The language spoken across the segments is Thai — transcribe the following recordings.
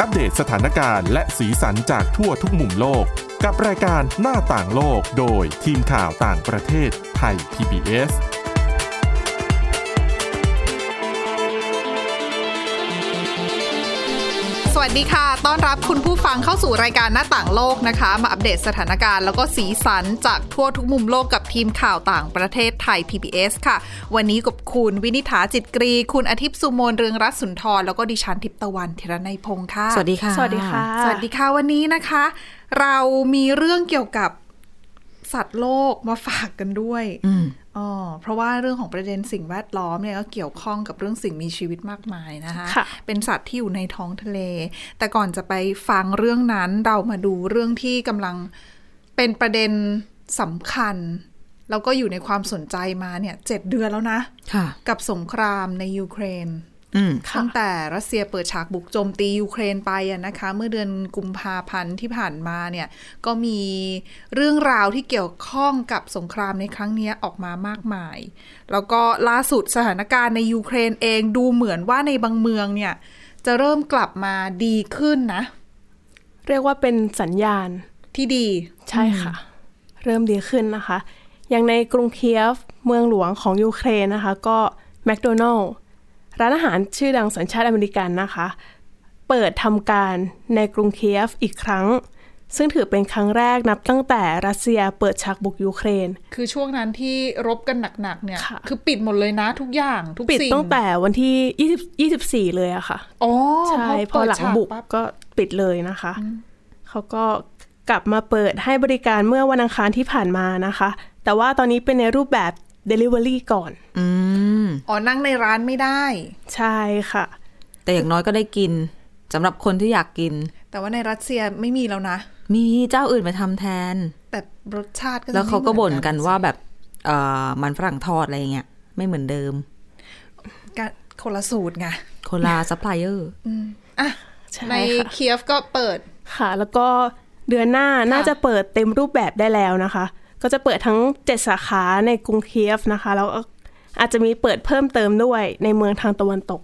อัปเดตสถานการณ์และสีสันจากทั่วทุกมุมโลก กับรายการหน้าต่างโลกโดยทีมข่าวต่างประเทศไทย PBS สวัสดีค่ะ ต้อนรับคุณผู้ฟังเข้าสู่รายการหน้าต่างโลกนะคะ มาอัปเดตสถานการณ์แล้วก็สีสันจากทั่วทุกมุมโลกกับทีมข่าวต่างประเทศไทย PBS ค่ะ วันนี้กับคุณวินิษฐาจิตกรี คุณอาทิตย์สุโมนเรืองรัตน์สุนทร แล้วก็ดิฉันทิพย์ตะวันธีรนัยพงค์ค่ะ สวัสดีค่ะ สวัสดีค่ะ สวัสดีค่ะวันนี้นะคะ เรามีเรื่องเกี่ยวกับสัตว์โลกมาฝากกันด้วย อืม อ๋อเพราะว่าเรื่องของประเด็นสิ่งแวดล้อมเนี่ยก็เกี่ยวข้องกับเรื่องสิ่งมีชีวิตมากมายนะคะ ค่ะ เป็นสัตว์ที่อยู่ในท้องทะเล แต่ก่อนจะไปฟังเรื่องนั้นเรามาดูเรื่องที่กำลังเป็นประเด็นสำคัญ แล้วก็อยู่ในความสนใจมาเนี่ยเจ็ดเดือนแล้วนะ ค่ะ กับสงครามในยูเครน อืม ค่ะ ตั้งแต่รัสเซียเปิดฉากบุกโจมตียูเครนไปอะนะคะ เมื่อเดือนกุมภาพันธ์ที่ผ่านมาเนี่ย ก็มีเรื่องราวที่เกี่ยวข้องกับสงครามในครั้งเนี้ยออกมามากมาย แล้วก็ล่าสุดสถานการณ์ในยูเครนเองดูเหมือนว่าในบางเมืองเนี่ย จะเริ่มกลับมาดีขึ้นนะ เรียกว่าเป็นสัญญาณ ที่ดี ใช่ค่ะ เริ่มดีขึ้นนะคะ อย่างในกรุงเคียฟเมืองหลวงของยูเครนนะคะ ก็แมคโดนัลล์ร้านอาหารชื่อดังสัญชาติอเมริกันนะคะ เปิดทำการในกรุงเคียฟอีกครั้ง ซึ่งถือเป็นครั้งแรกนับตั้งแต่รัสเซียเปิดฉากบุกยูเครน คือช่วงนั้นที่รบกันหนักๆเนี่ย ค่ะ อปิดหมดเลยนะทุกอย่างทุก ปิด สิ่ ตั้งแต่วันที่ 20 24 เลยอะค่ะ อ๋อ ใช่พอ เปิด หลัง ฉา บุก ปั๊บ ก็ปิดเลยนะคะ เขาก็กลับมาเปิดให้บริการเมื่อวันอังคารที่ผ่านมานะคะ แต่ว่าตอนนี้เป็นในรูปแบบ Delivery ก่อน อืม อ๋อนั่งในร้านไม่ได้ ใช่ค่ะ แต่อย่างน้อยก็ได้กินสำหรับคนที่อยากกิน แต่ว่าในรัสเซียไม่มีแล้วนะ มีเจ้าอื่นมาทำแทน แต่รสชาติก็จะ แล้วเขาก็ ไม่หมือ บ่นกันว่าแบบ เอ่อ มันฝรั่งทอดอะไรอย่างเงี้ย ไม่เหมือนเดิม กันคนละสูตรไง โค ลาซัพพลายเออร์ อ่ะ ใช่ ใน ค่ะ เคียฟก็เปิด ค่ะ แล้วก็เดือนหน้าน่าจะเปิดเต็มรูปแบบได้แล้วนะคะ ก็จะเปิดทั้ง 7 สาขาในกรุงเคียฟนะคะ แล้วก็อาจจะมีเปิดเพิ่มเติมด้วยในเมืองทางตะวันตก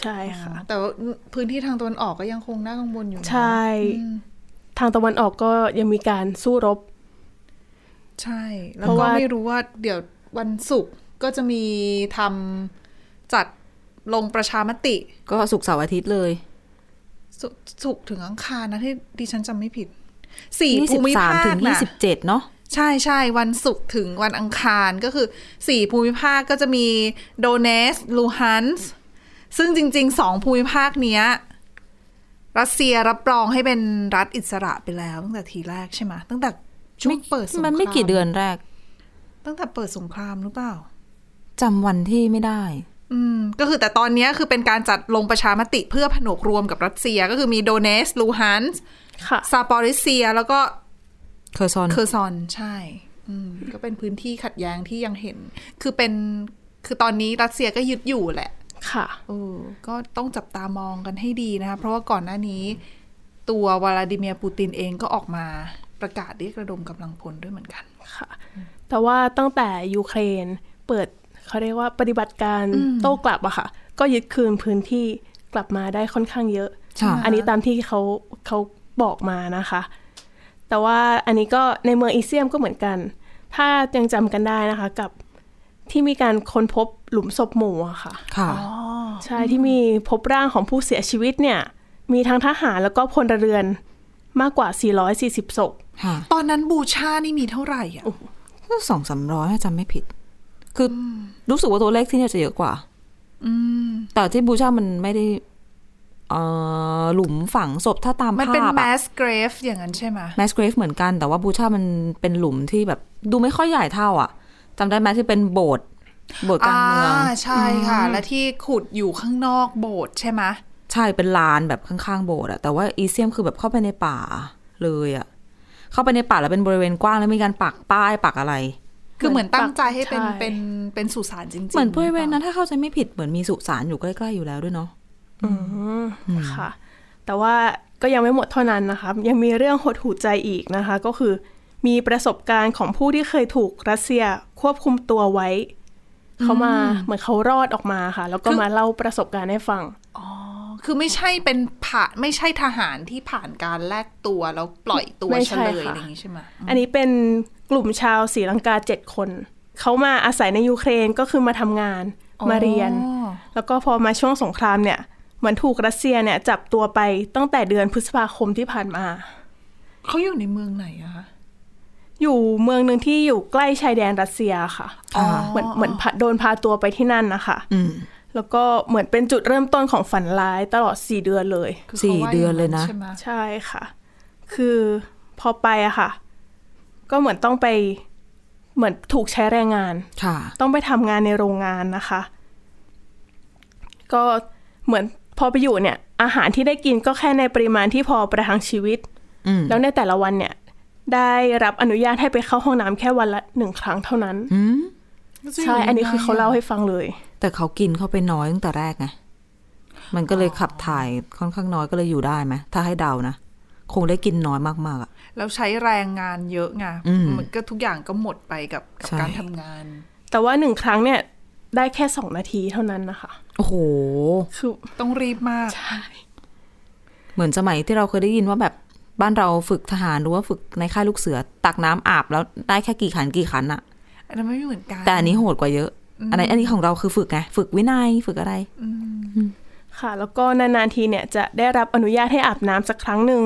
ใช่ค่ะ แต่ว่าพื้นที่ทางตะวันออกก็ยังคงน่ากังวลอยู่นะ ใช่ ทางตะวันออกก็ยังมีการสู้รบ ใช่ แล้ว เพราะ ก็ ว่า ไม่รู้ว่าเดี๋ยววันศุกร์ก็จะมีทำจัดลงประชามติ ก็สุกร์เสาร์อาทิตย์เลย สศุกร์ถึงอังคารนะที่ดิฉันจำไม่ผิดสี่ภูมิภา 23 ค ถึง นะ 27 เนาะ ใช่ใช่วันศุกร์ถึงวันอังคารก็คือ 4 ภูมิภาคก็จะมีโดเนสลูฮันส์ซึ่งจริงๆ 2 ภูมิภาคเนี้ย รัสเซียรับรองให้เป็นรัฐอิสระไปแล้ว ตั้งแต่ทีแรกใช่ไหมตั้งแต่ช่วงเปิดสงคราม มันไม่กี่เดือนแรก ตั้งแต่เปิดสงครามหรือเปล่า จำวันที่ไม่ได้ อืม ก็คือแต่ตอนเนี้ยคือเป็นการจัดลงประชามติเพื่อผนวกรวมกับรัสเซียก็คือมีโดเนสลูฮันส์ ค่ะ ซาปอริเซียแล้วก็ เคอร์ซอน เคอร์ซอนใช่ อืม ก็เป็นพื้นที่ขัดแย้งที่ยังเห็น คือเป็น คือตอนนี้รัสเซียก็ยึดอยู่แหละ ค่ะ เออก็ต้องจับตามองกันให้ดีนะคะ เพราะว่าก่อนหน้านี้ ตัววลาดิเมียร์ปูตินเองก็ออกมาประกาศเรียกระดมกำลังพลด้วยเหมือนกัน ค่ะ แต่ว่าตั้งแต่ยูเครนเปิดเขาเรียกว่าปฏิบัติการโต้กลับอะค่ะ ก็ยึดคืนพื้นที่กลับมาได้ค่อนข้างเยอะ ค่ะ อันนี้ตามที่เขาเขาบอกมานะคะ แต่ว่าอันนี้ก็ในเมืองอีเซียมก็เหมือนกัน ถ้ายังจำกันได้นะคะกับที่มีการค้นพบหลุมศพหมูอะค่ะ ค่ะ ใช่ที่มีพบร่างของผู้เสียชีวิตเนี่ย มีทั้งทหารแล้วก็พลเรือนมากกว่า 440ศพ ค่ะ ตอนนั้นบูชานี่มีเท่าไหร่อ่ะ สองสามร้อยจำไม่ผิด คืออรู้สึกว่าตัวเลขที่เนี่ยจะเยอะกว่า อืม แต่ที่บูชามันไม่ได้เอ่อหลุมฝังศพถ้าตาม มันเป็น ภาพ แม อะ สเกรฟอย่างนั้นใช่ไหม แมสเกรฟเหมือนกันแต่ว่าบูชามันเป็นหลุมที่แบบ ดูไม่ค่อยใหญ่เท่าอ่ะจำได้ไหมที่เป็นโบสถ์โบสถ์กลางเมือง ใช่ค่ะ และที่ขุดอยู่ข้างนอกโบสถ์ใช่ไหม ใช่เป็นลานแบบข้างๆโบสถ์อะแต่ว่าอีเซียมคือแบบเข้าไปในป่าเลยอะเข้าไปในป่าแล้วเป็นบริเวณกว้างแล้วมีการปักป้ายปักอะไร คือเหมือนตั้งใจให้เป็น ใช่ เป็นเป็นสุสานจริงๆ เหมือนบริเวณ หปล่า นั้นถ้าเข้าใจไม่ผิดเหมือนมีสุสานอยู่ใกล้ๆอยู่แล้วด้วยเนาะ อืมค่ะ แต่ว่าก็ยังไม่หมดเท่านั้นนะคะ ยังมีเรื่องหดหูใจอีกนะคะ ก็คือมีประสบการณ์ของผู้ที่เคยถูกรัสเซียควบคุมตัวไว้ เขามาเหมือนเขารอดออกมาค่ะ แล้วก็ คือ มาเล่าประสบการณ์ให้ฟัง อ๋อ คือไม่ใช่เป็นผ่านไม่ใช่ทหารที่ผ่านการแลกตัวแล้วปล่อยตัว ไม่ เฉ ใช่ ลย ค่ะ อะไรอย่างนี้ใช่ไหม อันนี้เป็นกลุ่มชาวศรีลังกาเจ็ดคน เขามาอาศัยในยูเครนก็คือมาทำงานมาเรียน อ๋อ แล้วก็พอมาช่วงสงครามเนี่ยเหมือนถูกรัสเซียเนี่ยจับตัวไปตั้งแต่เดือนพฤษภาคมที่ผ่านมา เขาอยู่ในเมืองไหนอะคะ อยู่เมืองหนึ่งที่อยู่ใกล้ชายแดนรัสเซียค่ะ อ๋อ เหมือนเหมือนพาโดนพาตัวไปที่นั่นนะคะ อืม แล้วก็เหมือนเป็นจุดเริ่มต้นของฝันร้ายตลอด 4 เดือนเลย คื สี่ ขาว่า เดือนเลยานะงใช่ไหม ใช่ค่ะ คือพอไปอะค่ะ ก็เหมือนต้องไปเหมือนถูกใช้แรงงาน ค่ะ ต้องไปทำงานในโรงงานนะคะ ก็เหมือนพอไปอยู่เนี่ย อาหารที่ได้กินก็แค่ในปริมาณที่พอประทังชีวิต อืม แล้วในแต่ละวันเนี่ย ได้รับอนุญาตให้ไปเข้าห้องน้ำแค่วันละหนึ่งครั้งเท่านั้น อืม ใช่ อันนี้คือเขาเล่าให้ฟังเลย แต่เขากินเข้าไปน้อยตั้งแต่แรกไงมันก็เลยขับถ่ายค่อนข้างน้อยก็เลยอยู่ได้ไหมถ้าให้เดานะคงได้กินน้อยมากๆอะ แล้วใช้แรงงานเยอะไง อืม มันก็ทุกอย่างก็หมดไปกับกับ ใช่ การทำงาน แต่ว่าหนึ่งครั้งเนี่ย ได้แค่สองนาทีเท่านั้นนะคะ โอ้โห คือ ต้องรีบมาก ใช่ เหมือนสมัยที่เราเคยได้ยินว่าแบบบ้านเราฝึกทหารหรือว่าฝึกในค่ายลูกเสือ ตักน้ำอาบแล้วได้แค่กี่ขันกี่ขันอะ อันนั้นไม่เหมือนกัน แต่อันนี้โหดกว่าเยอะ อันไหนอันนี้ของเราคือฝึกไงฝึกวินัยฝึกอะไร อืม ค่ะ แล้วก็นานๆทีเนี่ยจะได้รับอนุญาตให้อาบน้ำสักครั้งหนึ่ง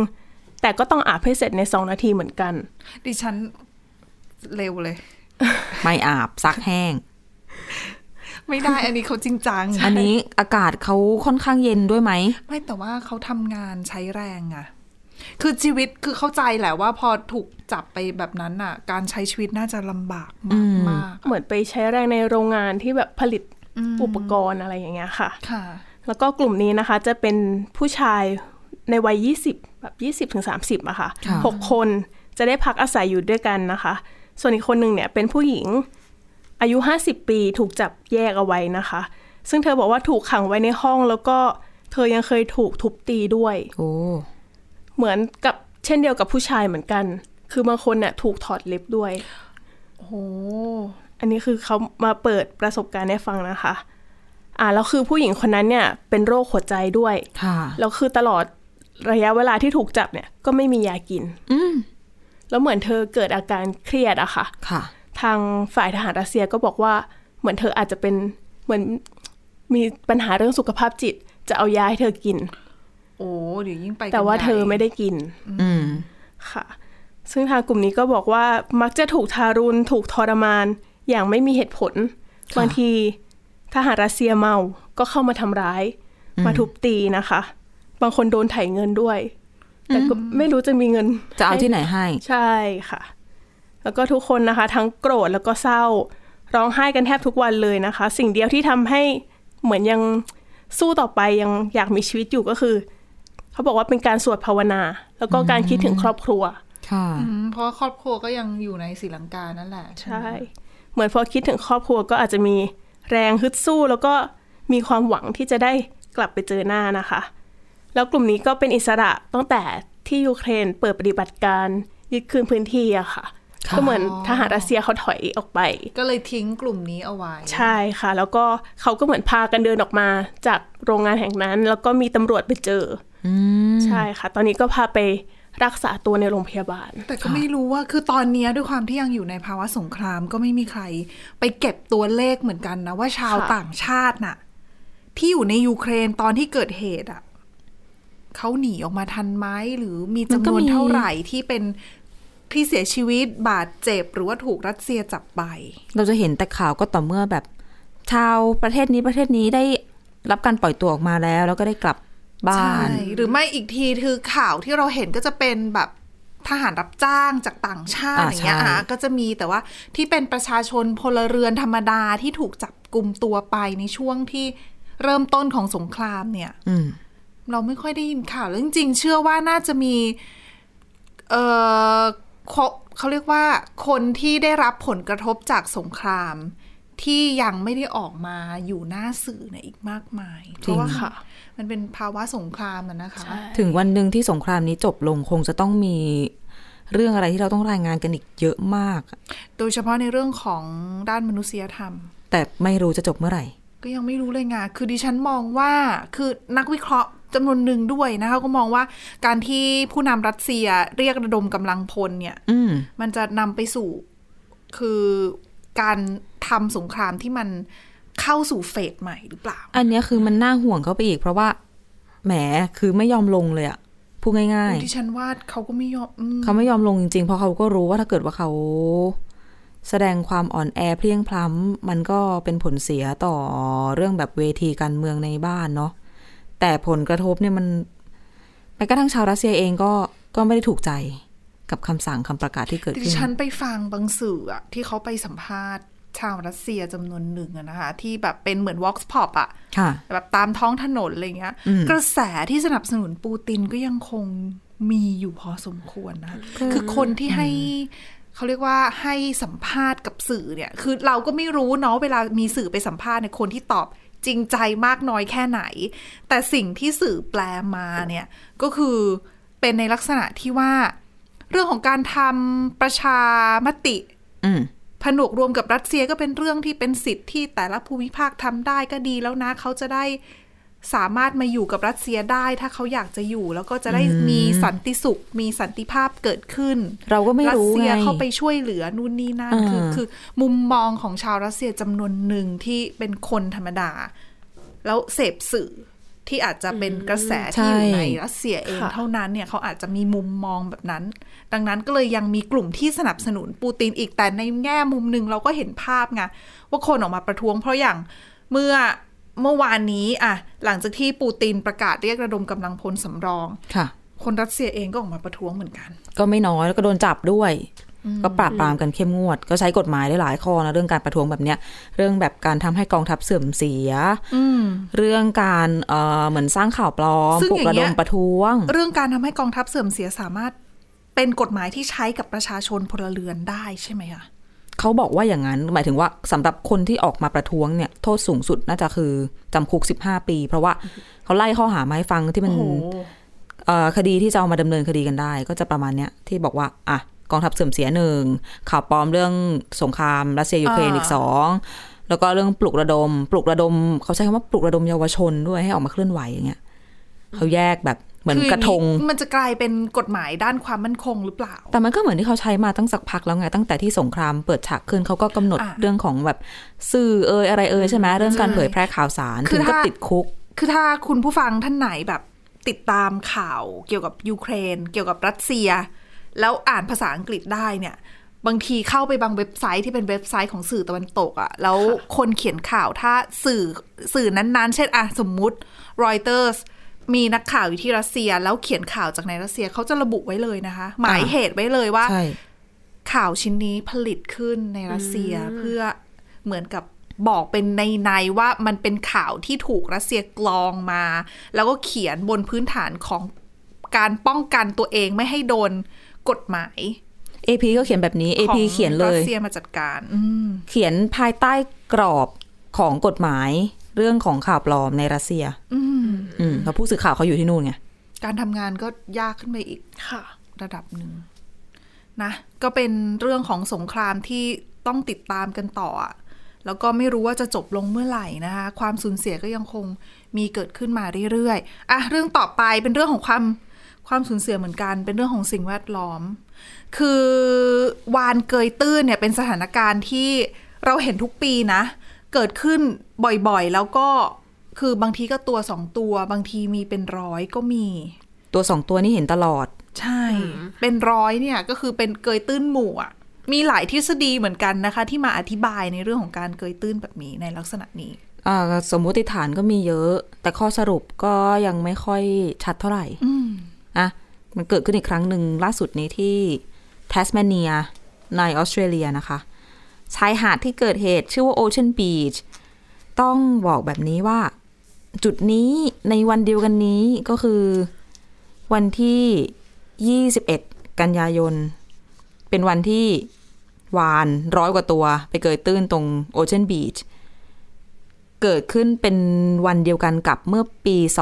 แต่ก็ต้องอาบให้เสร็จในสองนาทีเหมือนกัน ดิฉันเร็วเลย ไม่อาบซักแห้ง ไม่ได้อันนี้เขาจริงจัง อันนี้อากาศเขาค่อนข้างเย็นด้วยไหม ไม่แต่ว่าเขาทำงานใช้แรงอะคือชีวิตคือเข้าใจแหละว่าพอถูกจับไปแบบนั้นอะการใช้ชีวิตน่าจะลำบาก อื มาก ม มาก เหมือนไปใช้แรงในโรงงานที่แบบผลิตอุปกรณ์อะไรอย่างเงี้ยค่ะ ค่ะ แล้วก็กลุ่มนี้นะคะจะเป็นผู้ชายในวัย 20 แบบ 20ถึง30อะค่ะ ค่ะ หกคนจะได้พักอาศัยอยู่ด้วยกันนะคะ ส่วนอีกคนหนึ่งเนี่ยเป็นผู้หญิงอายุ 50 ปีถูกจับแยกเอาไว้นะคะ ซึ่งเธอบอกว่าถูกขังไว้ในห้อง แล้วก็เธอยังเคยถูกทุบตีด้วย โอ้ เหมือนกับเช่นเดียวกับผู้ชายเหมือนกัน คือบางคนเนี่ยถูกถอดเล็บด้วย โอ้โห อันนี้คือเขามาเปิดประสบการณ์ให้ฟังนะคะ อ่าแล้วคือผู้หญิงคนนั้นเนี่ยเป็นโรคหัวใจด้วย ค่ะ แล้วคือตลอดระยะเวลาที่ถูกจับเนี่ยก็ไม่มียากิน อืม แล้วเหมือนเธอเกิดอาการเครียดอะค่ะ ค่ะ ทางฝ่ายทหารรัสเซียก็บอกว่าเหมือนเธออาจจะเป็นเหมือนมีปัญหาเรื่องสุขภาพจิต จะเอายาให้เธอกิน โอ้เดี๋ยวยิ่งไปกัน แต่ว่า ใหญ่ เธอไม่ได้กิน อืม ค่ะ ซึ่งทางกลุ่มนี้ก็บอกว่ามักจะถูกทารุณถูกทรมาน อย่างไม่มีเหตุผล บางทีทหารรัสเซียเมาก็เข้ามาทำร้าย มาทุบตีนะคะ บางคนโดนไถเงินด้วย แต่ก็ไม่รู้จะมีเงิน จะเอาที่ไหนให้ ใช่ค่ะ แล้วก็ทุกคนนะคะ ทั้งโกรธแล้วก็เศร้า ร้องไห้กันแทบทุกวันเลยนะคะ สิ่งเดียวที่ทำให้เหมือนยังสู้ต่อไปยังอยากมีชีวิตอยู่ก็คือ เขาบอกว่าเป็นการสวดภาวนา แล้วก็การคิดถึงครอบครัว ค่ะ อืมเพราะว่าครอบครัวก็ยังอยู่ในศรีลังกานั่นแหละ ใช่ เหมือนพอคิดถึงครอบครัวก็อาจจะมีแรงฮึดสู้ แล้วก็มีความหวังที่จะได้กลับไปเจอหน้านะคะ แล้วกลุ่มนี้ก็เป็นอิสระตั้งแต่ที่ยูเครนเปิดปฏิบัติการยึดคืนพื้นที่อะค่ะ ค่ะ ก็เหมือนทหารรัสเซียเขาถอยออกไป ก็เลยทิ้งกลุ่มนี้เอาไว้ ใช่ค่ะ แล้วก็เขาก็เหมือนพากันเดินออกมาจากโรงงานแห่งนั้น แล้วก็มีตำรวจไปเจอ อืม อใช่ค่ะ ตอนนี้ก็พาไปรักษาตัวในโรงพยาบาล แต่ก็ไม่รู้ว่าคือตอนเนี้ยด้วยความที่ยังอยู่ในภาวะสงครามก็ไม่มีใคร ไปเก็บตัวเลขเหมือนกันนะว่าชาว ค่ะ ต่างชาติน่ะ ที่อยู่ในยูเครนตอนที่เกิดเหตุอ่ะเขาหนีออกมาทันไหมหรือมี มัน จำ ก็ นวน มี เท่าไหร่ที่เป็นที่เสียชีวิตบาดเจ็บหรือว่าถูกรัสเซียจับไป เราจะเห็นแต่ข่าวก็ต่อเมื่อแบบ ชาวประเทศนี้ประเทศนี้ได้รับการปล่อยตัวออกมาแล้ว แล้วก็ได้กลับบ้าน ใช่หรือไม่อีกทีคือข่าวที่เราเห็นก็จะเป็นแบบทหารรับจ้างจากต่างชาติ อ่า อย่างเงี้ย ใช่ อ่ะก็จะมีแต่ว่าที่เป็นประชาชนพลเรือนธรรมดาที่ถูกจับกลุ่มตัวไปในช่วงที่เริ่มต้นของสงครามเนี่ย อืม เราไม่ค่อยได้ยินข่าวแล้วจริงๆ เชื่อว่าน่าจะมี เออเขาเขาเรียกว่าคนที่ได้รับผลกระทบจากสงคราม ที่ยังไม่ได้ออกมาอยู่หน้าสื่อเนี่ยอีกมากมาย เพ จริง ราะว่า ค่ะ มันเป็นภาวะสงครามอะนะคะ ถึงวันหนึ่งที่สงครามนี้จบลงคงจะต้องมีเรื่องอะไรที่เราต้องรายงานกันอีกเยอะมาก โดยเฉพาะในเรื่องของด้านมนุษยธรรม แต่ไม่รู้จะจบเมื่อไหร่ ก็ยังไม่รู้เลยไงคือดิฉันมองว่าคือนักวิเคราะห์ จำนวนหนึ่งด้วยนะคะก็มองว่าการที่ผู้นำรัสเซียเรียกระดมกำลังพลเนี่ย อืม มันจะนำไปสู่คือการทำสงครามที่มันเข้าสู่เฟสใหม่หรือเปล่า อันเนี้ยคือมันน่าห่วงเข้าไปอีก เพราะว่าแหมคือไม่ยอมลงเลยอะพูดง่าย ดิฉันว่าเขาก็ไม่ยอมอืม ๆ เขาไม่ยอมลงจริงๆ เพราะเขาก็รู้ว่าถ้าเกิดว่าเขา แสดงความอ่อนแอเพลียงพล้ำมันก็เป็นผลเสียต่อเรื่องแบบเวทีการเมืองในบ้านเนาะแต่ผลกระทบเนี่ยมันแม้กระทั่งชาวรัสเซียเองก็ก็ไม่ได้ถูกใจกับคำสั่งคำประกาศที่เกิด ดิ ขึ้น ฉันไปฟังบางสื่ออะที่เขาไปสัมภาษณ์ชาวรัสเซียจำนวนหนึ่งอะนะคะ ที่แบบเป็นเหมือนวอล์กพอปอะ ค่ะ แบบตามท้องถนนอะไรเงี้ย อืม กระแสที่สนับสนุนปูตินก็ยังคงมีอยู่พอสมควรนะ คือคนที่ให้เขาเรียกว่าให้สัมภาษณ์กับสื่อเนี่ย คือเราก็ไม่รู้เนาะเวลามีสื่อไปสัมภาษณ์เนี่ยคนที่ตอบจริงใจมากน้อยแค่ไหน แต่สิ่งที่สื่อแปลมาเนี่ยก็คือเป็นในลักษณะที่ว่า เรื่องของการทำประชามติ อืม ผนวกรวมกับรัสเซียก็เป็นเรื่องที่เป็นสิทธิ์ที่แต่ละภูมิภาคทำได้ก็ดีแล้วนะ เขาจะได้สามารถมาอยู่กับรัสเซียได้ ถ้าเขาอยากจะอยู่ แล้วก็จะได้มีสันติสุข มีสันติภาพเกิดขึ้น เราก็ไม่รู้ รัสเซีย ไง เข้าไปช่วยเหลือนู่นนี่นั่น อ่า คือคือมุมมองของชาวรัสเซียจำนวนหนึ่งที่เป็นคนธรรมดา แล้วเสพสื่อที่อาจจะเป็นกระแสที่อยู่ในรัสเซียเอง ค่ะ เท่านั้นเนี่ยเขาอาจจะมีมุมมองแบบนั้น ดังนั้นก็เลยยังมีกลุ่มที่สนับสนุนปูตินอีกแต่ในแง่มุมหนึ่งเราก็เห็นภาพไงว่าคนออกมาประท้วงเพราะอย่างเมื่อเมื่อวานนี้อะหลังจากที่ปูตินประกาศเรียกระดมกำลังพลสำรอง ค่ะ คนรัสเซียเองก็ออกมาประท้วงเหมือนกัน ก็ไม่น้อยแล้วก็โดนจับด้วย ก็ปราบปรามกันเข้มงวด ก็ใช้กฎหมายได้หลายข้อนะเรื่องการประท้วงแบบเนี้ย เรื่องแบบการทำให้กองทัพเสื่อมเสีย อืม เรื่องการเอ่อเหมือนสร้างข่าวปลอม ซึ่ง ปลุกระ อ ด ย่างเงี้ ม ย ประท้วง เรื่องการทำให้กองทัพเสื่อมเสียสามารถเป็นกฎหมายที่ใช้กับประชาชนพลเรือนได้ใช่ไหมคะ เขาบอกว่าอย่างนั้นหมายถึงว่าสำหรับคนที่ออกมาประท้วงเนี่ยโทษสูงสุดน่าจะคือจำคุก 15 ปี เพราะว่าเขาไล่ข้อหามาให้ฟังที่มัน เอ่อคดีที่จะเอามาดำเนินคดีกันได้ ก็จะประมาณเนี้ยที่บอกว่าอ่ะกองทัพเสื่อมเสียหนึ่งข่าวปลอมเรื่องสงครามรัสเซียยูเครน อ่า อีกสองแล้วก็เรื่องปลุกระดม ปลุกระดมเขาใช้คำว่าปลุกระดมเยาวชนด้วยให้ออกมาเคลื่อนไหวอย่างเงี้ยเขาแยกแบบเหมือน คือก ระทง นี้มันจะกลายเป็นกฎหมายด้านความมั่นคงหรือเปล่า แต่มันก็เหมือนที่เขาใช้มาตั้งสักพักแล้วไงตั้งแต่ที่สงครามเปิดฉากขึ้นเขาก็กำหนด อ่ะ เรื่องของแบบสื่อเอยอะไรเอยใช่ไหมเรื่องการ ใช่ เผยแพร่ข่าวสาร คื ถึ อง ก็ ถ้า ติดคุก คือถ้าคุณผู้ฟังท่านไหนแบบติดตามข่าวเกี่ยวกับยูเครน เกี่ยวกับรัสเซีย แล้วอ่านภาษาอังกฤษได้เนี่ย บางทีเข้าไปบางเว็บไซต์ที่เป็นเว็บไซต์ของสื่อตะวันตกอะ่ะ แล้วคนเขียนข่าวถ้าสื่อสื่อนั้นๆ เช่นอ่ะสมมุติรอยเตอร์สมีนักข่าวอยู่ที่รัสเซีย แล้วเขียนข่าวจากในรัสเซียเขาจะระบุไว้เลยนะคะ หมาย อ่า เหตุไว้เลยว่า ใช่ ข่าวชิ้นนี้ผลิตขึ้นในรัสเซียเพื่อเหมือนกับบอกเป็นในในๆว่ามันเป็นข่าวที่ถูกรัสเซียกลองมา แล้วก็เขียนบนพื้นฐานของการป้องกันตัวเองไม่ให้โดนกฎหมาย AP ก็เขียนแบบนี้ AP ของ เขียนเล รั ย สเซียมาจัดการ อืม เขียนภายใต้กรอบของกฎหมายเรื่องของข่าวปลอมในรัสเซีย อืม อืมเพราะผู้สื่อข่าวเขาอยู่ที่นู่นไง การทำงานก็ยากขึ้นไปอีก ค่ะ ระดับหนึ่งนะ ก็เป็นเรื่องของสงครามที่ต้องติดตามกันต่ออะแล้วก็ไม่รู้ว่าจะจบลงเมื่อไหร่นะคะ ความสูญเสียก็ยังคงมีเกิดขึ้นมาเรื่อยๆอ่ะเรื่องต่อไปเป็นเรื่องของความความสูญเสียเหมือนกัน เป็นเรื่องของสิ่งแวดล้อม คือวานเกยตื้นเนี่ยเป็นสถานการณ์ที่เราเห็นทุกปีนะ เกิดขึ้นบ่อยๆ แล้วก็คือบางทีก็ตัวสองตัว บางทีมีเป็นร้อยก็มี ตัวสองตัวนี่เห็นตลอด ใช่ เป็นร้อยเนี่ยก็คือเป็นเกยตื้นหมู่อะมีหลายทฤษฎีเหมือนกันนะคะ ที่มาอธิบายในเรื่องของการเกยตื้นแบบนี้ในลักษณะนี้ อ่าสมมุติฐานก็มีเยอะ แต่ข้อสรุปก็ยังไม่ค่อยชัดเท่าไหร่ อืม อ่ะมันเกิดขึ้นอีกครั้งหนึ่งล่าสุดนี้ที่แทสเมเนียในออสเตรเลียนะคะ ชายหาดที่เกิดเหตุชื่อว่าโอเชียนบีชต้องบอกแบบนี้ว่า จุดนี้ในวันเดียวกันนี้ก็คือวันที่ 21 กันยายน เป็นวันที่วานร้อยกว่าตัว ไปเกยตื้นตรงโอเชียนบีช เกิดขึ้นเป็นวันเดียวกันกับเมื่อปี 2020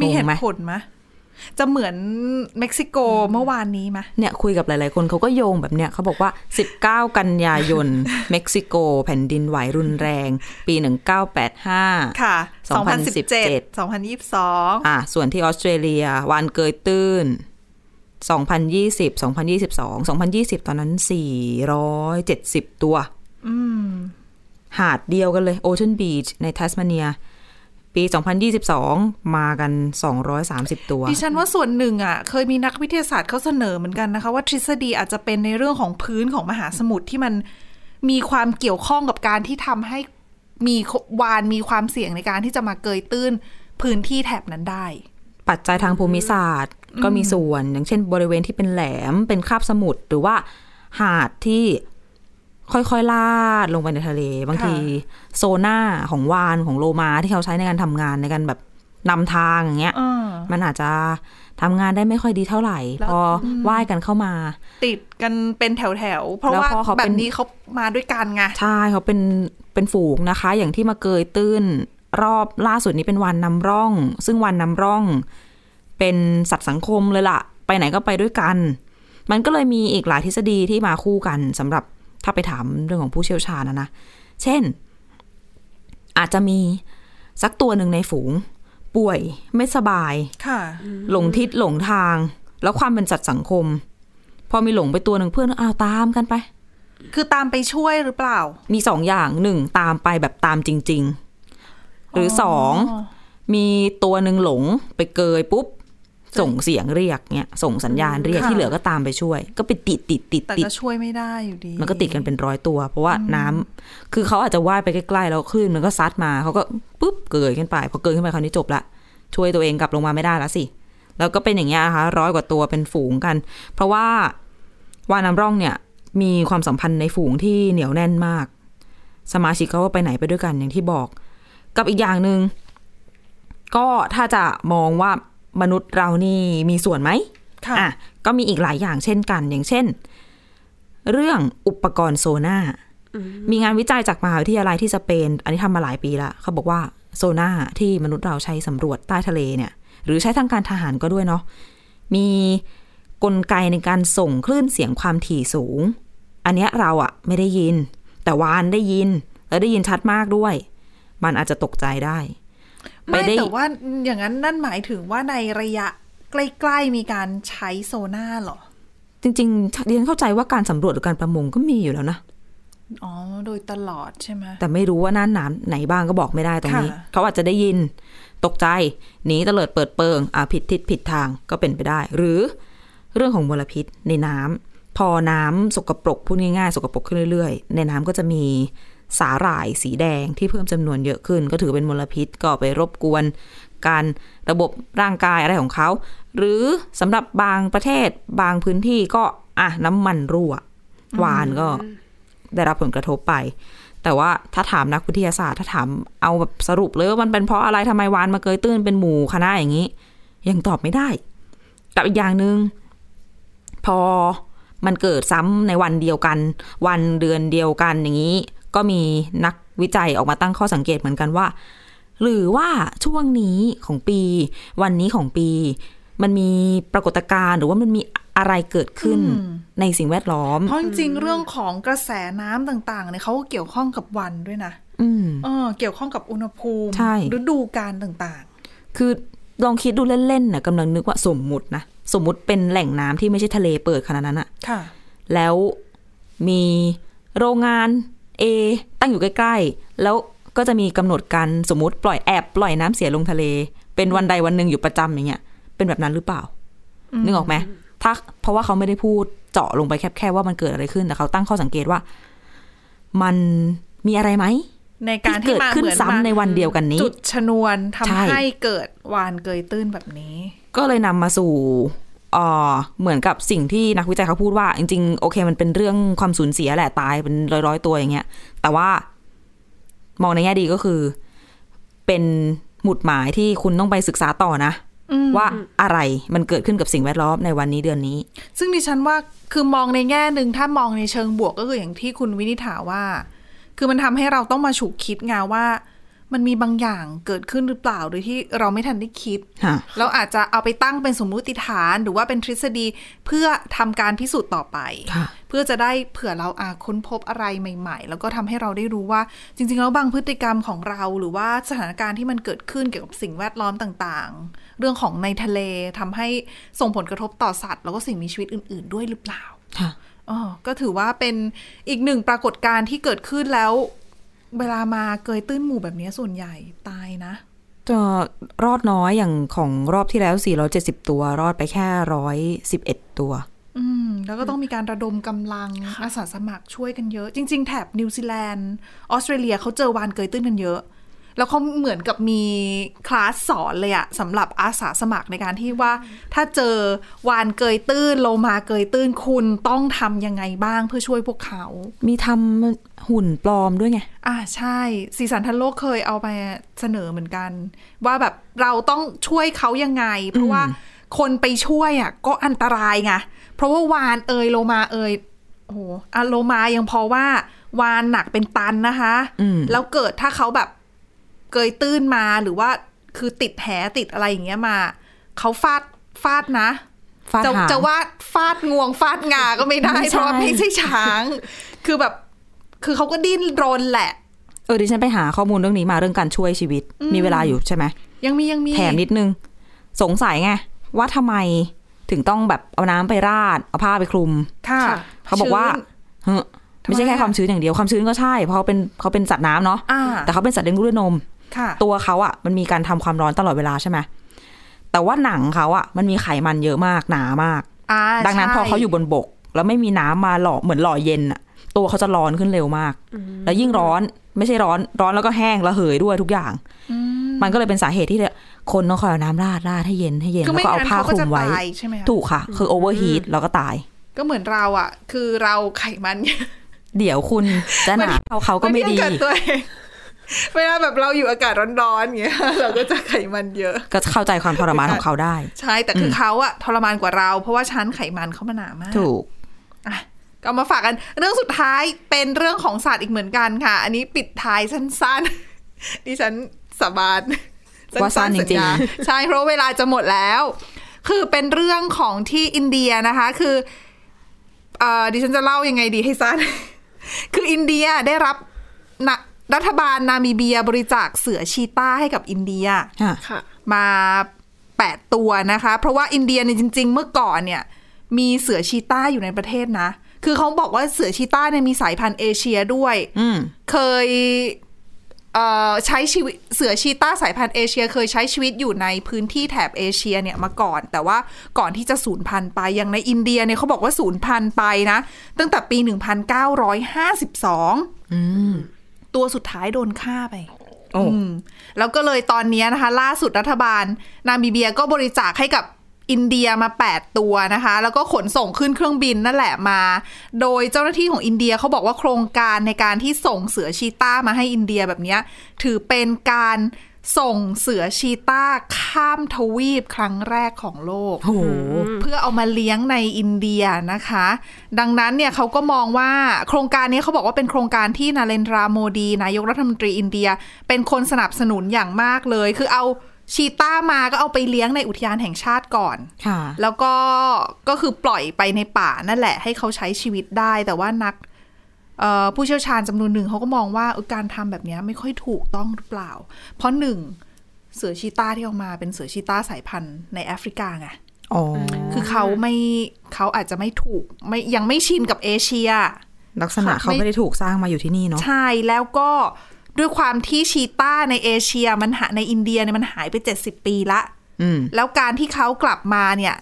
มีเหตุ งงไหม ผลไหม จะเหมือนเม็กซิโกเมื่อวานนี้ไหม เนี่ยคุยกับหลาย ๆ คนเขาก็โยงแบบเนี้ยเขาบอกว่า 19 กันยายน เม็กซิโก แผ่นดินไหวรุนแรง ปี 1985 ค่ะ2017 2017 2022 อ่ะส่วนที่ออสเตรเลีย วานเกยตื้น 2020 2022 2020 ตอนนั้น 470 ตัว อืม หาดเดียวกันเลย Ocean Beach ในทัสมาเนีย ปี 2022 มากัน 230 ตัว ดิฉันว่าส่วนหนึ่งอ่ะ เคยมีนักวิทยาศาสตร์เขาเสนอเหมือนกันนะคะ ว่าทฤษฎีอาจจะเป็นในเรื่องของพื้นของมหาสมุทรที่มันมีความเกี่ยวข้องกับการที่ทำให้มีวานมีความเสี่ยงในการที่จะมาเกยตื้นพื้นที่แถบนั้นได้ ปัจจัยทางภูมิศาสตร์ก็มีส่วน อย่างเช่นบริเวณที่เป็นแหลมเป็นคาบสมุทรหรือว่าหาดที่ค่อยๆลาดลงไปในทะเล บาง ค่ะ ทีโซน่าของวานของโลมาที่เขาใช้ในการทำงานในการแบบนำทางอย่างเงี้ย อ่า มันอาจจะทำงานได้ไม่ค่อยดีเท่าไหร่ แล้ว พอว่ายกันเข้ามา ติดกันเป็นแถวแถวๆเพราะ แล้ว ว่า พอเขา แบ เป็ บ น นี้เขามาด้วยกันไง ใช่เขาเป็นเป็นฝูงนะคะ อย่างที่มาเกยตื้น รอบล่าสุดนี้เป็นวันนำร่อง ซึ่งวันนำร่อง เป็นสัตว์สังคมเลยล่ะ ไปไหนก็ไปด้วยกัน มันก็เลยมีอีกหลายทฤษฎีที่มาคู่กันสำหรับถ้าไปถามเรื่องของผู้เชี่ยวชาญนะนะ เช่น อาจจะมีสักตัวหนึ่งในฝูง ป่วยไม่สบาย ค่ะ หลงทิศหลงทาง แล้วความเป็นสัตว์สังคม พอมีหลงไปตัวหนึ่งเพื่อนอ้าวตามกันไป คือตามไปช่วยหรือเปล่า มีสองอย่างหนึ่งตามไปแบบตามจริง ๆ หรืออสองมีตัวหนึ่งหลงไปเกยปุ๊บ ส่งเสียงเรียกเนี่ยส่งสัญญาณเรียก ค่ะ ที่เหลือก็ตามไปช่วย ก็ไปติดติดติด แต่ ติด ก็ช่วยไม่ได้อยู่ดี มันก็ติดกันเป็นร้อยตัว เพราะว่าน้ำคือเขาอาจจะว่ายไปใกล้ๆแล้วคลื่นมันก็ซัดมาเขาก็ปุ๊บเกยขึ้นไปพอเกยขึ้นไปคราวนี้จบละช่วยตัวเองกลับลงมาไม่ได้ละสิแล้วก็เป็นอย่างเงี้ยนะคะร้อยกว่าตัวเป็นฝูงกัน เพราะว่าวาน้ำร่องเนี่ยมีความสัมพันธ์ในฝูงที่เหนียวแน่นมาก สมาชิกเขาก็ไปไหนไปด้วยกันอย่างที่บอก กับอีกอย่างหนึ่งก็ถ้าจะมองว่ามนุษย์เรานี่มีส่วนไหม ค่ะ อ่ะก็มีอีกหลายอย่างเช่นกัน อย่างเช่น เรื่องอุปกรณ์โซน่ามีงานวิจัยจากมหาวิทยาลัยที่สเปน อันนี้ทำมาหลายปีละเขาบอกว่าโซน่าที่มนุษย์เราใช้สำรวจใต้ทะเลเนี่ย หรือใช้ทางการทหารก็ด้วยเนาะมีกลไกในการส่งคลื่นเสียงความถี่สูง อันเนี้ยเราอะไม่ได้ยิน แต่วานได้ยิน แล้วได้ยินชัดมากด้วย มันอาจจะตกใจได้ ไม่ ไปได้ แต่ว่าอย่างนั้นนั่นหมายถึงว่าในระยะใกล้ๆมีการใช้โซน่าเหรอ จริงๆเรียนเข้าใจว่าการสำรวจหรือการประมงก็มีอยู่แล้วนะ อ๋อ โดยตลอดใช่ไหม แต่ไม่รู้ว่าหน้าหนามไหนบ้างก็บอกไม่ได้ตรงนี้ ค่ะ เขาอาจจะได้ยิน ตกใจหนีเตลิดเปิดเปิงอ่ะผิดทิศผิดทางก็เป็นไปได้ หรือเรื่องของมลพิษในน้ำพอน้ำสกปรกพูดง่ายๆ สกปรกขึ้นเรื่อยๆ ในน้ำก็จะมีสาหร่ายสีแดงที่เพิ่มจำนวนเยอะขึ้น ก็ถือเป็นมลพิษก็ไปรบกวน การระบบร่างกายอะไรของเขา หรือสำหรับบางประเทศบางพื้นที่ก็อ่ะน้ำมันรั่ววานก็ได้รับผลกระทบไป แต่ว่าถ้าถามนักวิทยาศาสตร์ ถ้าถามเอาแบบสรุปเลยว่ามันเป็นเพราะอะไรทำไมวานมาเกยตื้นเป็นหมู่คณะอย่างนี้ ยังตอบไม่ได้กับอีกอย่างหนึง่งพอมันเกิดซ้ำในวันเดียวกัน วันเดือนเดียวกันอย่างนี้ ก็มีนักวิจัยออกมาตั้งข้อสังเกตเหมือนกันว่า หรือว่าช่วงนี้ของปี วันนี้ของปี มันมีปรากฏการณ์หรือว่ามันมีอะไรเกิดขึ้นในสิ่งแวดล้อม เพราะจริงๆเรื่องของกระแสน้ำต่างๆเนี่ยเขาก็เกี่ยวข้องกับวันด้วยนะ อืม เออเกี่ยวข้องกับอุณหภูมิ ใช่ ฤดูกาลต่าง คือลองคิดดูเล่นๆนะกำลังนึกว่าสมมุตินะ สมมุติเป็นแหล่งน้ำที่ไม่ใช่ทะเลเปิดขนาดนั้นอะ ๆ ค่ะ แล้วมีโรงงาน A ตั้งอยู่ใกล้ๆ แล้วก็จะมีกำหนดการสมมติปล่อยแอบปล่อยน้ำเสียลงทะเล เป็นวันใดวันหนึ่งอยู่ประจำอย่างเงี้ยเป็นแบบนั้นหรือเปล่า นึกออกไหมถ้าเพราะว่าเขาไม่ได้พูดเจาะลงไปแคบๆว่ามันเกิดอะไรขึ้นแต่เขาตั้งข้อสังเกตว่า มันมีอะไรไหม ในการ ที่ ที่ เกิด มา ขึ้ เห น มือน ซ้ำ มา ในวันเดียวกันนี้ จุดชนวนทำ ใช่ ให้เกิดวานเกยตื้นแบบนี้ ก็เลยนำมาสู่เอ่อเหมือนกับสิ่งที่นักวิจัยเขาพูดว่า จริงๆ โอเคมันเป็นเรื่องความสูญเสียแหละตายเป็นร้อยๆ ตัวอย่างเงี้ย แต่ว่ามองในแง่ดีก็คือ เป็นหมุดหมายที่คุณต้องไปศึกษาต่อนะ ว่าอะไรมันเกิดขึ้นกับสิ่งแวดล้อมในวันนี้เดือนนี้ ซึ่งดิฉันว่าคือมองในแง่หนึ่งถ้ามองในเชิงบวกก็คืออย่างที่คุณวินิษฐาว่า คือมันทำให้เราต้องมาฉุกคิดไงว่า มันมีบางอย่างเกิดขึ้นหรือเปล่าโดยที่เราไม่ทันได้คิด ค่ะ แล้วอาจจะ เอาไปตั้งเป็นสมมุติฐานหรือว่าเป็นทฤษฎีเพื่อทำการพิสูจน์ต่อไป ค่ะ เพื่อจะได้เผื่อเราอาค้นพบอะไรใหม่ ๆ แล้วก็ทำให้เราได้รู้ว่า จริง ๆ แล้วบางพฤติกรรมของเราหรือว่าสถานการณ์ที่มันเกิดขึ้นเกี่ยวกับสิ่งแวดล้อมต่างๆ เรื่องของในทะเลทำให้ส่งผลกระทบต่อสัตว์ แล้วก็สิ่งมีชีวิตอื่น ๆ ด้วยหรือเปล่า ค่ะ อ๋อก็ถือว่าเป็นอีกหนึ่งปรากฏการณ์ที่เกิดขึ้นแล้ว เวลามาเกยตื้นหมู่แบบนี้ส่วนใหญ่ตายนะ จะรอดน้อยอย่างของรอบที่แล้ว 470 ตัว รอดไปแค่ 111 ตัว อืม แล้วก็ต้องมีการระดมกำลังอาสาสมัครช่วยกันเยอะ จริง ๆ แถบนิวซีแลนด์ออสเตรเลียเขาเจอวานเกยตื้นกันเยอะ แล้วเขาเหมือนกับมีคลาสสอนเลยอะสำหรับอาสาสมัครในการที่ว่า ถ้าเจอวานเกยตื้นโลมาเกยตื้นคุณต้องทำยังไงบ้างเพื่อช่วยพวกเขา มีทำหุ่นปลอมด้วยไง อ่าใช่สีสันทันโลกเคยเอาไปเสนอเหมือนกัน ว่าแบบเราต้องช่วยเขายังไง เพราะว่าคนไปช่วยอ่ะก็อันตรายไงเพราะว่าวานเอยโลมาเอยโอ้โหอะโลมายังพอว่าวานหนักเป็นตันนะคะ อืม แล้วเกิดถ้าเขาแบบเกยตื้นมาหรือว่าคือติดแหติดอะไรอย่างเงี้ยมาเขาฟาดฟาดนะ ฟาด จะ หาง จะวาดฟาดงวงฟาดงาก็ไม่ได้ ไม่เพใช่ราะว่าไม่ใช่ช้าง คือแบบ คือเขาก็ดิ้นรนแหละ เออดิฉันไปหาข้อมูลเรื่องนี้มาเรื่องการช่วยชีวิต มีเวลาอยู่ใช่ไหม ยังมียังมี แถมนิดนึง สงสัยไง ว่าทำไมถึงต้องแบบเอาน้ำไปราด เอาผ้าไปคลุม ค่ะ เขาบอกว่า ชื้น เฮ้อ ทำไม ไม่ใช่แค่ อะ ความชื้นอย่างเดียวความชื้นก็ใช่เพราะเขาเป็นเขาเป็นสัตว์น้ำเนาะ อ่า แต่เขาเป็นสัตว์เลี้ยงลูกด้วยนม ค่ะ ตัวเขาอะมันมีการทำความร้อนตลอดเวลาใช่ไหมแต่ว่าหนังเขาอะมันมีไขมันเยอะมากหนามาก อ่า ดังนั้น ใช่ พอเขาอยู่บนบก แล้วไม่มีน้ำมาหล่อเหมือนหล่อเย็นอะตัวเขาจะร้อนขึ้นเร็วมาก แล้วยิ่งร้อนไม่ใช่ร้อนร้อนแล้วก็แห้งระเหยด้วยทุกอย่าง อืม มันก็เลยเป็นสาเหตุที่เนี่ยคนต้องคอยเอาน้ำราดราดให้เย็นให้เย็น คือ แล้ว ไม่ ก็เอา งั้น ผ้า เขา ค ก็ ลุ จะ มไว้ ตายใช่ไหมคะ ถูกค่ะ คือโอเวอร์ฮีทแล้วก็ตาย ก็เหมือนเราอ่ะ คือเราไขมัน เดี๋ยวคุณจะหนาเขาเขาก็ไม่ดี เยวเกิดตัวเองเวลาแบบเราอยู่อากาศร้อนๆอย่างเงี้ย เราก็จะไขมันเยอะ ก็เข้าใจความทรมานของเขาได้ ใช่แต่คือเขาอะทรมานกว่าเรา เพราะว่าชั้นไขมันเขามันหนามาก ถูก อ่ะก็เอามาฝากกันเรื่องสุดท้ายเป็นเรื่องของศาสตร์อีกเหมือนกันค่ะ อันนี้ปิดท้ายสั้นๆ ดิฉันสาบาน ว่าสั้นจริงๆ สัญ ญาใช่เพราะเวลาจะหมดแล้ว คือเป็นเรื่องของที่อินเดียนะคะคือเอ่อดิฉันจะเล่ายังไงดีให้สั้น คืออินเดียได้รับนะรัฐบาลนามิเบียบริจาคเสือชีต้าให้กับอินเดีย ค่ะ ค่ะ มา 8 ตัวนะคะ เพราะว่าอินเดียเนี่ยจริง ๆ เมื่อก่อนเนี่ย มีเสือชีต้าอยู่ในประเทศนะ คือเขาบอกว่าเสือชีต้าเนี่ยมีสายพันธุ์เอเชียด้วย อืม เคยเอ่อใช้ชีวิตเสือชีต้าสายพันธุ์เอเชีย เคยใช้ชีวิตอยู่ในพื้นที่แถบเอเชียเนี่ยมาก่อน แต่ว่าก่อนที่จะสูญพันธุ์ไปอย่างในอินเดียเนี่ยเขาบอกว่าสูญพันธุ์ไปนะ ตั้งแต่ปี 1952 อืม ตัวสุดท้ายโดนฆ่าไป โอ้ อืมแล้วก็เลยตอนเนี้ยนะคะ ล่าสุดรัฐบาล นามิเบียก็บริจาคให้กับอินเดียมา 8 ตัวนะคะ แล้วก็ขนส่งขึ้นเครื่องบินนั่นแหละมา โดยเจ้าหน้าที่ของอินเดียเขาบอกว่าโครงการในการที่ส่งเสือชีต้ามาให้อินเดียแบบเนี้ยถือเป็นการส่งเสือชีต้าข้ามทวีปครั้งแรกของโลก โห เพื่อเอามาเลี้ยงในอินเดียนะคะ ดังนั้นเนี่ยเขาก็มองว่าโครงการนี้เขาบอกว่าเป็นโครงการที่นาเรนทราโมดี นายกรัฐมนตรีอินเดีย เป็นคนสนับสนุนอย่างมากเลย คือเอาชีต้ามาก็เอาไปเลี้ยงในอุทยานแห่งชาติก่อน ค่ะ แล้วก็ก็คือปล่อยไปในป่านั่นแหละ ให้เขาใช้ชีวิตได้ แต่ว่านักเอ่อผู้เชี่ยวชาญจำนวนหนึ่งเขาก็มองว่าเออการทำแบบเนี้ยไม่ค่อยถูกต้องหรือเปล่า เพราะหนึ่งเสือชีต้าที่ออกมาเป็นเสือชีต้าสายพันธุ์ในแอฟริกาไง อ๋อ คือเขาไม่เขาอาจจะไม่ถูกไม่ยังไม่ชินกับเอเชีย ลักษณะ ค่ะ เขา ไม่ ไม่ได้ถูกสร้างมาอยู่ที่นี่เนาะ ใช่แล้วก็ด้วยความที่ชีต้าในเอเชียมันหาในอินเดียเนี่ยมันหายไป 70 ปีละ อืม แล้วการที่เขากลับมาเนี่ย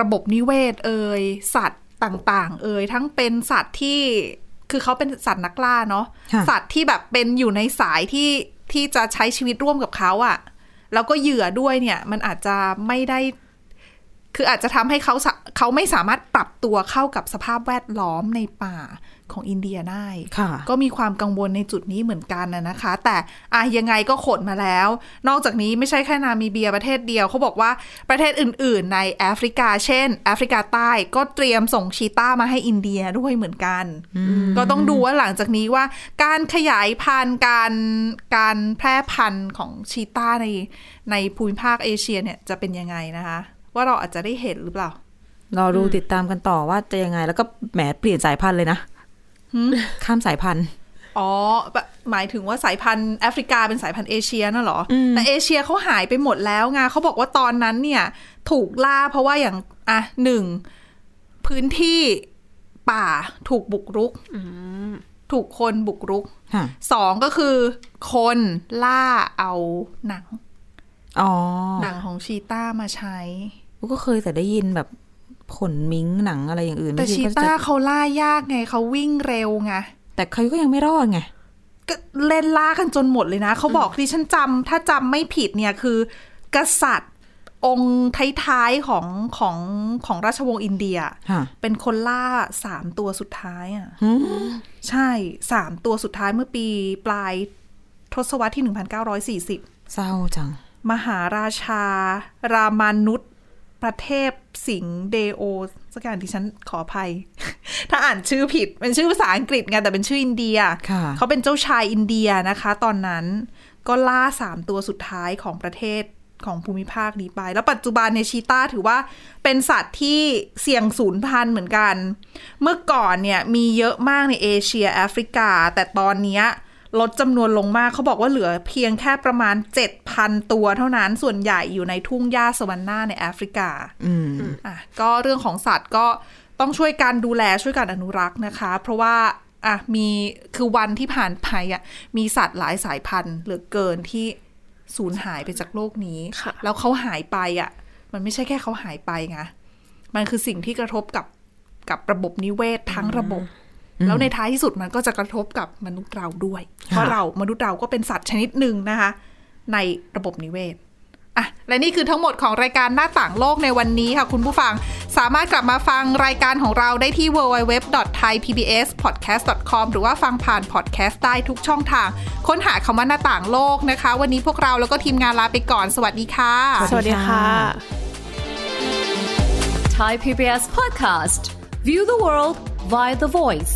ระบบนิเวศเอ่ยสัตว์ต่างๆ เอ่ยทั้งเป็นสัตว์ที่คือเขาเป็นสัตว์นักล่าเนาะ ค่ะ สัตว์ที่แบบเป็นอยู่ในสายที่ที่จะใช้ชีวิตร่วมกับเขาอะ่ะ แล้วก็เหยื่อด้วยเนี่ย มันอาจจะไม่ได้ คืออาจจะทำให้เขาสะเขาไม่สามารถปรับตัวเข้ากับสภาพแวดล้อมในป่า ของอินเดียได้ ค่ะ ก็มีความกังวลในจุดนี้เหมือนกันนะนะคะ แต่อะยังไงก็ขนมาแล้ว นอกจากนี้ไม่ใช่แค่นามิเบียประเทศเดียวเขาบอกว่าประเทศอื่น ๆ ในแอฟริกา เช่นแอฟริกาใต้ก็เตรียมส่งชีต้ามาให้อินเดียด้วยเหมือนกัน ก็ต้องดูว่าหลังจากนี้ว่าการขยายพันธุ์การการแพร่พันธุ์ของชีต้าในในภูมิภาคเอเชียเนี่ยจะเป็นยังไงนะคะ ว่าเราอาจจะได้เห็นหรือเปล่า รอดูติดตามกันต่อว่าจะยังไง แล้วก็แหมเปลี่ยนสายพันธุ์เลยนะ หืม ข้ามสายพันธุ์ อ๋อแบบหมายถึงว่าสายพันธุ์แอฟริกาเป็นสายพันธุ์เอเชียน่ะเหรออ ม แต่เอเชียเขาหายไปหมดแล้วไงเขาบอกว่าตอนนั้นเนี่ย ถูกล่าเพราะว่าอย่างอ่ะหนึ่งพื้นที่ป่าถูกบุกรุก ถูกคนบุกรุก ค่ะ สองก็คือ คนล่าเอาหนัง อ๋อ หนังของชีต้ามาใช้ ก็เคยแต่ได้ยินแบบขนมิงหนังอะไรอย่างอื่น แต่ ไม่ ชี ใช่ก็จะ ต้าเขาล่ายากไงเขาวิ่งเร็วไง แต่เขาก็ยังไม่รอดไง ก็เล่นล่ากันจนหมดเลยนะ เขาบอกที่ฉันจำถ้าจำไม่ผิดเนี่ยคือ กษัตริย์องค์ท้ายๆของของของราชวงศ์อินเดีย ค่ะ เป็นคนล่าสามตัวสุดท้ายอ่ะ หืม ใช่สามตัวสุดท้ายเมื่อปีปลายทศวรรษที่ 1940 เศร้าจัง มหาราชา รามานุษประเทพสิงห์เดโอสักอย่างที่ฉันขออภัย ถ้าอ่านชื่อผิดเป็นชื่อภาษาอังกฤษไงแต่เป็นชื่ออินเดีย ค่ะ เขาเป็นเจ้าชายอินเดียนะคะ ตอนนั้นก็ล่าสามตัวสุดท้ายของประเทศของภูมิภาคนี้ไป แล้วปัจจุบันเนี่ยชีต้าถือว่าเป็นสัตว์ที่เสี่ยงสูญพันธุ์เหมือนกัน เมื่อก่อนเนี่ยมีเยอะมากในเอเชียแอฟริกา แต่ตอนเนี้ยลดจำนวนลงมากเขาบอกว่าเหลือเพียงแค่ประมาณ 7,000 ตัวเท่านั้นส่วนใหญ่อยู่ในทุ่งหญ้าสวันนาในแอฟริกา อืม อ่ะก็เรื่องของสัตว์ก็ต้องช่วยกันดูแลช่วยกันอนุรักษ์นะคะ เพราะว่าอ่ะมีคือวันที่ผ่านไปอ่ะมีสัตว์หลายสายพันธุ์เหลือเกินที่สูญหายไปจากโลกนี้ ค่ะ แล้วเขาหายไปอ่ะ มันไม่ใช่แค่เขาหายไปไงมันคือสิ่งที่กระทบกับกับระบบนิเวศทั้งระบบ แล้วในท้ายที่สุดมันก็จะกระทบกับมนุษย์เราด้วยเพราะเรามนุษย์เราก็เป็นสัตว์ชนิดหนึ่งนะคะ ในระบบนิเวศ อ่ะและนี่คือทั้งหมดของรายการหน้าต่างโลกในวันนี้ค่ะคุณผู้ฟัง สามารถกลับมาฟังรายการของเราได้ที่ www.thaipbspodcast.com หรือว่าฟังผ่านพอดแคสต์ได้ทุกช่องทาง ค้นหาคำว่าหน้าต่างโลกนะคะ วันนี้พวกเราแล้วก็ทีมงานลาไปก่อน สวัสดีค่ะ สวัสดีค่ะ Thai PBS podcast. View the world via the voice.